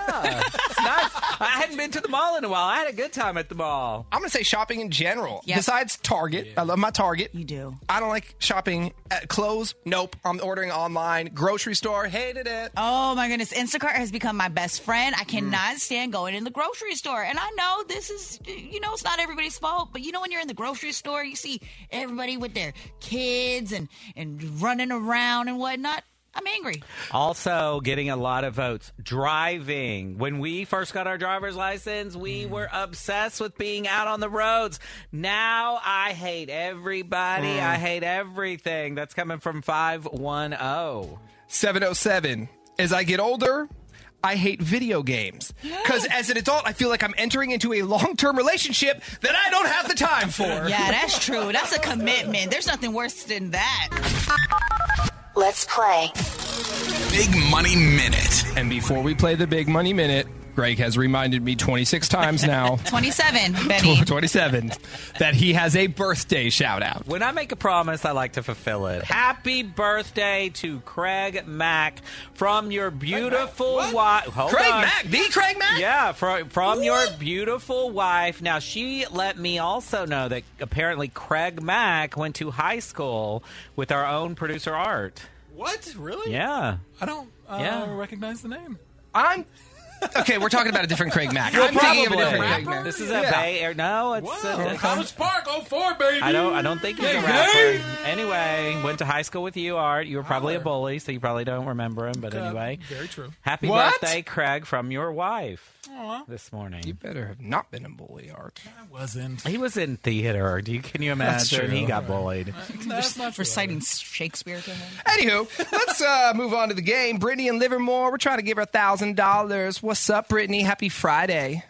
S7: it's nice. I hadn't been to the mall in a while. I had a good time at the mall.
S6: I'm going to say shopping in general. Besides Target, I love my Target. You
S8: do.
S6: I don't like shopping at clothes. Nope. I'm ordering online. Grocery store. Hated it.
S8: Oh my goodness, Instacart has become my best friend. I cannot stand going in the grocery store. And I know this is, you know, it's not everybody's fault, but you know, when you're in the grocery store, you see everybody with their kids and, and running around and whatnot. I'm angry.
S7: Also, getting a lot of votes. Driving. When we first got our driver's license, we
S6: Mm.
S7: were obsessed with being out on the roads. Now I hate everybody.
S6: Mm.
S7: I hate everything. That's coming from oh. 510.
S6: 707. As I get older, I hate video games. Because as an adult, I feel like I'm entering into a long term relationship that I don't have the time for.
S8: Yeah, that's true. That's a commitment. There's nothing worse than that.
S1: Let's play.
S6: Big Money Minute. And before we play the Big Money Minute, Greg has reminded me 26 times now.
S8: 27, Benny.
S6: 27 that he has a birthday shout out.
S7: When I make a promise, I like to fulfill it. Happy birthday to Craig Mack from your beautiful wife.
S6: Craig Mack? The Craig Mack?
S7: Yeah, from, from your beautiful wife. Now, she let me also know that apparently Craig Mack went to high school with our own producer, Art.
S11: What? Really?
S7: Yeah.
S11: I don't uh,
S7: Yeah.
S11: recognize the name.
S6: I'm Okay, we're talking about a different Craig Mack.
S7: Well,
S6: I'm thinking of a
S7: probably.
S6: different Craig Mack.
S7: This is a
S6: Yeah.
S7: Bay Area. No, it's a, it's-
S11: College Park, 04, baby.
S7: I don't. I don't think he's a
S11: Yeah,
S7: rapper. Anyway, went to high school with you, Art. You were probably a bully, so you probably don't remember him. But
S11: Okay.
S7: anyway,
S11: Very true.
S7: Happy
S11: What?
S7: birthday, Craig, from your wife
S11: Aw.
S7: this morning. You
S6: better have not been a bully, Art.
S11: I wasn't.
S7: He was in theater. Do you can you
S6: That's
S7: imagine?
S6: true.
S7: He got bullied.
S11: That's not true.
S8: Reciting Shakespeare to him.
S6: Anywho, let's uh, move on to the game. Brittany and Livermore, we're trying to give her $1,000. What's up, Brittany? Happy Friday.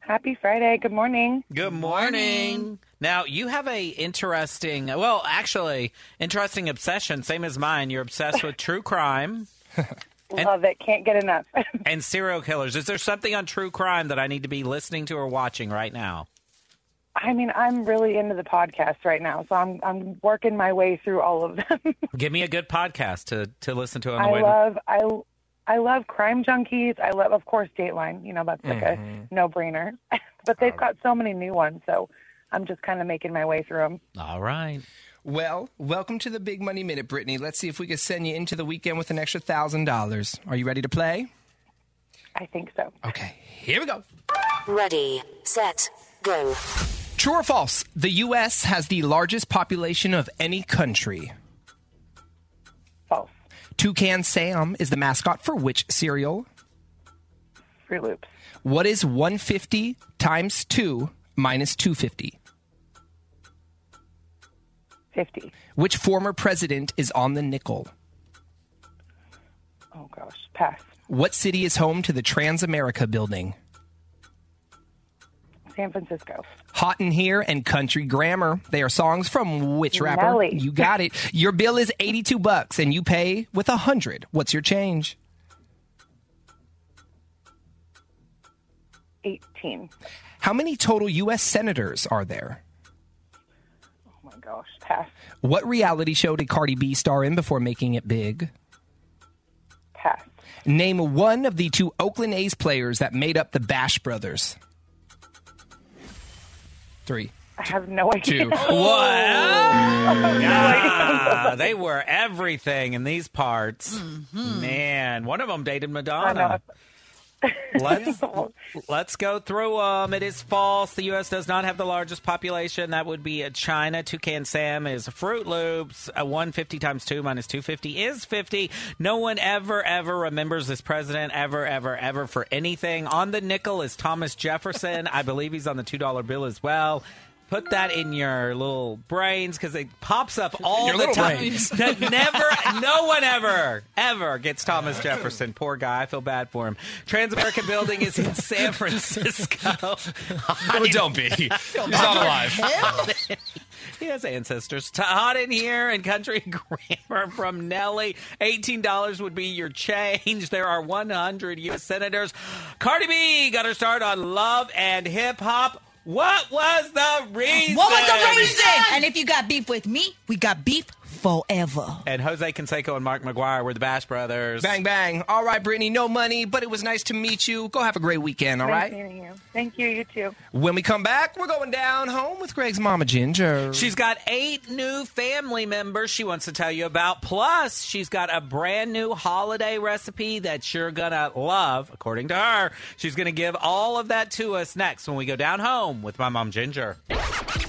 S13: Happy Friday. Good morning.
S7: Good morning. Now you have a interesting, well, actually, interesting obsession, same as mine. You're obsessed with true crime
S13: Love it. Can't get enough.
S7: and serial killers. Is there something on true crime that I need to be listening to or watching right now?
S13: I mean, I'm really into the podcast right now, so I'm I'm working my way through all of them.
S7: Give me a good podcast to to listen to on the
S13: I
S7: way.
S13: love I I love Crime Junkies. I love, of course, Dateline. You know, that's like a no brainer. but they've Mm-hmm. got so many new ones, so I'm just kind of making my way through them.
S7: to- All right.
S6: Well, welcome to the Big Money Minute, Brittany. Let's see if we can send you into the weekend with an extra $1,000. Are you ready to play?
S13: I think so.
S6: Okay, here we go.
S1: Ready, set, go.
S6: True or false? The U.S. has the largest population of any country.
S13: False.
S6: Toucan Sam is the mascot for which cereal?
S13: Fruit Loops.
S6: What is 150 times 2 minus 250?
S13: 50.
S6: Which former president is on the nickel?
S13: Oh, gosh. Pass.
S6: What city is home to the Transamerica building?
S13: San Francisco.
S6: Hot in Here and Country Grammar. They are songs from which rapper?
S13: Nelly.
S6: You got it. Your bill is 82 bucks and you pay with 100. What's your change?
S13: 18.
S6: How many total US senators are there?
S13: Oh, my gosh. Pass.
S6: What reality show did Cardi B star in before making it big?
S13: Pass.
S6: Name one of the two Oakland A's players that made up the Bash Brothers. Three.
S13: I have no idea.
S6: Two.
S13: Oh,
S7: Ah, they were everything in these parts. Man, one of them dated Madonna. let's let's go through them. It is false. The U.S. does not have the largest population. That would be uh, China. Toucan Sam is Fruit Loops. Uh, One fifty times two minus two fifty is fifty. No one ever ever remembers this president ever ever ever for anything. On the nickel is Thomas Jefferson. I believe he's on the two dollar bill as well. Put that in your little brains because it pops up all
S2: Your
S7: the
S2: little
S7: time.
S2: brains.
S7: That never, no one ever, ever gets Thomas Jefferson. Poor guy. I feel bad for him. Transamerica Building is in San Francisco.
S2: Oh, don't be.
S7: I feel
S2: He's
S7: bad
S2: not
S7: for
S2: alive.
S7: him. he has ancestors. To Hot in here and country grammar from Nelly. Eighteen dollars would be your change. There are one hundred U.S. senators. Cardi B got her start on Love and Hip Hop. What was the reason?
S8: What was the reason? And if you got beef with me, we got beef forever.
S7: And Jose Canseco and Mark McGuire were the Bash Brothers.
S6: Bang, bang. All right, Brittany, no money, but it was nice to meet you. Go have a great weekend, all
S13: Nice
S6: right?
S13: meeting you. Thank you. You too.
S6: When we come back, we're going down home with Greg's mama, Ginger.
S7: She's got eight new family members she wants to tell you about. Plus, she's got a brand new holiday recipe that you're going to love, according to her. She's going to give all of that to us next when we go down home with my mom, Ginger.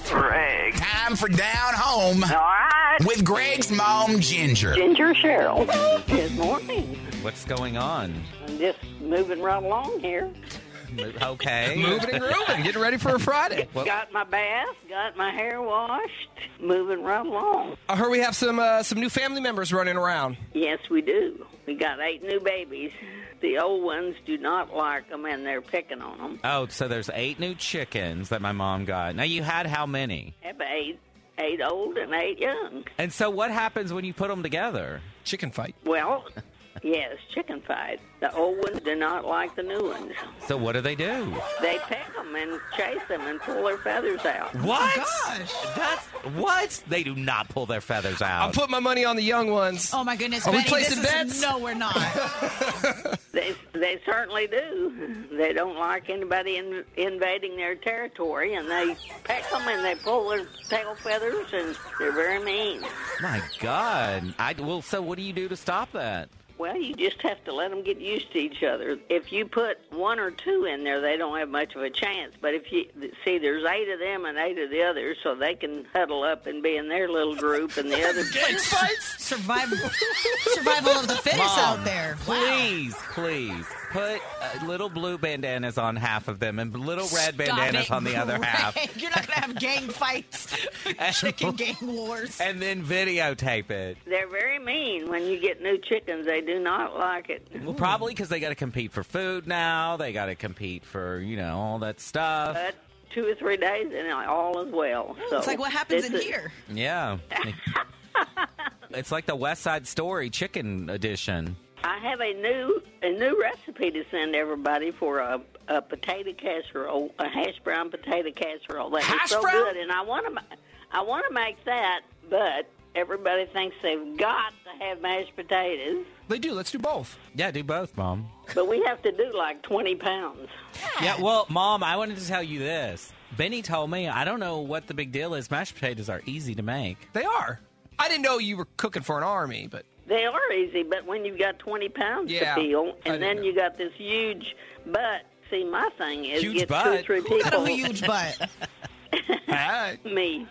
S2: Greg. Time for Down Home. All right. With Greg's mom, Ginger.
S14: Ginger Cheryl. Good morning.
S7: What's going on?
S14: I'm just moving right along here.
S7: Okay.
S6: Moving and grooving, getting ready for a Friday.
S14: Got my bath, got my hair washed, moving right along.
S6: I heard we have some uh, some new family members running around.
S14: Yes, we do. We got eight new babies. The old ones do not like them, and they're picking on them.
S7: Oh, so there's eight new chickens that my mom got. Now, you had how many?
S14: Have eight, eight old and eight young.
S7: And so, what happens when you put them together?
S6: Chicken fight.
S14: Well, yes, chicken fight. The old ones do not like the new ones.
S7: So, what do they do?
S14: They peck them and chase them and pull their feathers out.
S10: Oh
S7: What? That's what? They do not pull their feathers out.
S6: I'll put my money on the young ones.
S8: Oh my goodness,
S6: Are we
S8: Betty,
S6: placing
S8: this
S6: bets?
S8: Is, no, we're not.
S14: They, they certainly do. They don't like anybody in, invading their territory, and they peck them and they pull their tail feathers, and they're very mean.
S7: My God. I, well, so what do you do to stop that?
S14: Well, you just have to let them get used to each other. If you put one or two in there, they don't have much of a chance. But if you see, there's eight of them and eight of the others, so they can huddle up and be in their little group, and the other
S8: Survival, survival of the fittest
S7: Mom,
S8: out there.
S7: Please, please put uh, little blue bandanas on half of them and little red
S8: Stop
S7: bandanas
S8: it,
S7: on the other
S8: Greg.
S7: half.
S8: You're not gonna have gang fights, chicken gang wars.
S7: And then videotape it.
S14: They're very mean when you get new chickens. They do not like it.
S7: Well, probably because they got to compete for food now. They got to compete for, you know, all that stuff.
S14: But two or three days and all is well. So
S8: It's like what happens
S14: this
S8: in
S14: is-
S8: here.
S7: Yeah. it's like the West Side Story chicken edition.
S14: I have a new a new recipe to send everybody for a, a potato casserole, a hash brown potato casserole. That is so good, and I want to I want to make that, but everybody thinks they've got to have mashed potatoes.
S6: They do. Let's do both.
S7: Yeah, do both, Mom.
S14: But we have to do like twenty pounds.
S7: Yeah, well, Mom, I wanted to tell you this. Benny told me, I don't know what the big deal is. Mashed potatoes are easy to make.
S6: They are. I didn't know you were cooking for an army, but
S14: They are easy, but when you've got 20 pounds
S6: Yeah,
S14: to peel,
S6: I
S14: and then you got this huge butt. See, my thing is get
S6: Huge
S14: two or
S6: butt?
S14: three
S6: Who got a
S14: people.
S6: huge
S8: butt?
S14: Me.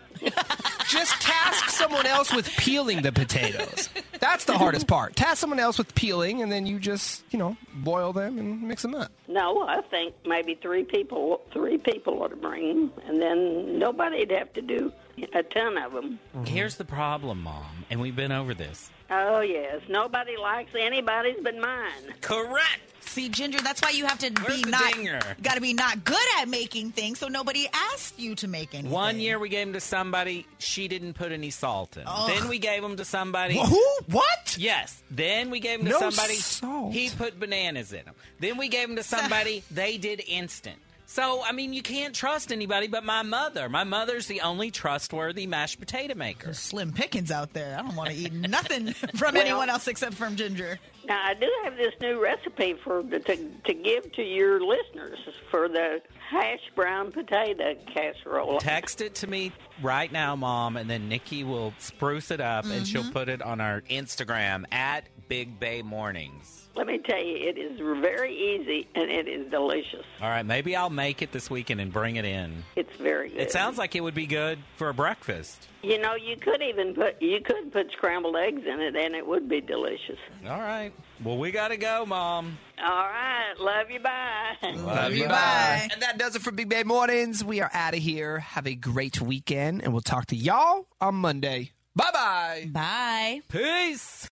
S6: Just task someone else with peeling the potatoes. That's the hardest part. Task someone else with peeling, and then you just, you know, boil them and mix them up.
S14: No, I think maybe three people three people ought to bring 'em, and then nobody'd have to do a ton of them.
S7: Here's the problem, Mom, and we've been over this.
S14: Oh yes, nobody likes anybody's but mine.
S7: Correct.
S8: See, Ginger, that's why you have to be
S7: the
S8: not
S7: dinger?
S8: got to be not good at making things, so nobody asked you to make anything.
S7: One year we gave them to somebody, she didn't put any salt in. 'em.
S8: Ugh.
S7: Then we gave them to somebody.
S8: Wh- who?
S6: What?
S7: Yes. Then we gave them to
S6: No
S7: somebody.
S6: salt.
S7: He put bananas in them. Then we gave them to somebody. they did instant. So I mean, you can't trust anybody but my mother. My mother's the only trustworthy mashed potato maker.
S8: Slim pickings out there. I don't want to eat nothing from
S14: Well-
S8: anyone else except from Ginger.
S14: Now I do have this new recipe for to, to give to your listeners for the hash brown potato casserole.
S7: Text it to me right now, Mom, and then Nikki will spruce it up and she'll put it on our Instagram at Big Bay Mornings.
S14: Let me tell you, it is very easy and it is delicious.
S7: All right, maybe I'll make it this weekend and bring it in.
S14: It's very good.
S7: It sounds like it would be good for a breakfast.
S14: You know, you could even put you could put scrambled eggs in it, and it would be delicious.
S7: All right. Well, we got to go, Mom.
S14: All right, love you. Bye.
S7: Love you.
S6: Bye. And that does it for Big Bay Mornings. We are out of here. Have a great weekend, and we'll talk to y'all on Monday. Bye bye.
S8: Bye.
S7: Peace.